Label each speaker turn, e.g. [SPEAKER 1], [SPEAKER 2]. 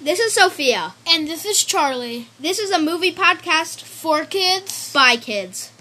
[SPEAKER 1] This is Sophia.
[SPEAKER 2] And this is Charlie.
[SPEAKER 1] This is a movie podcast
[SPEAKER 2] For kids.
[SPEAKER 1] by kids.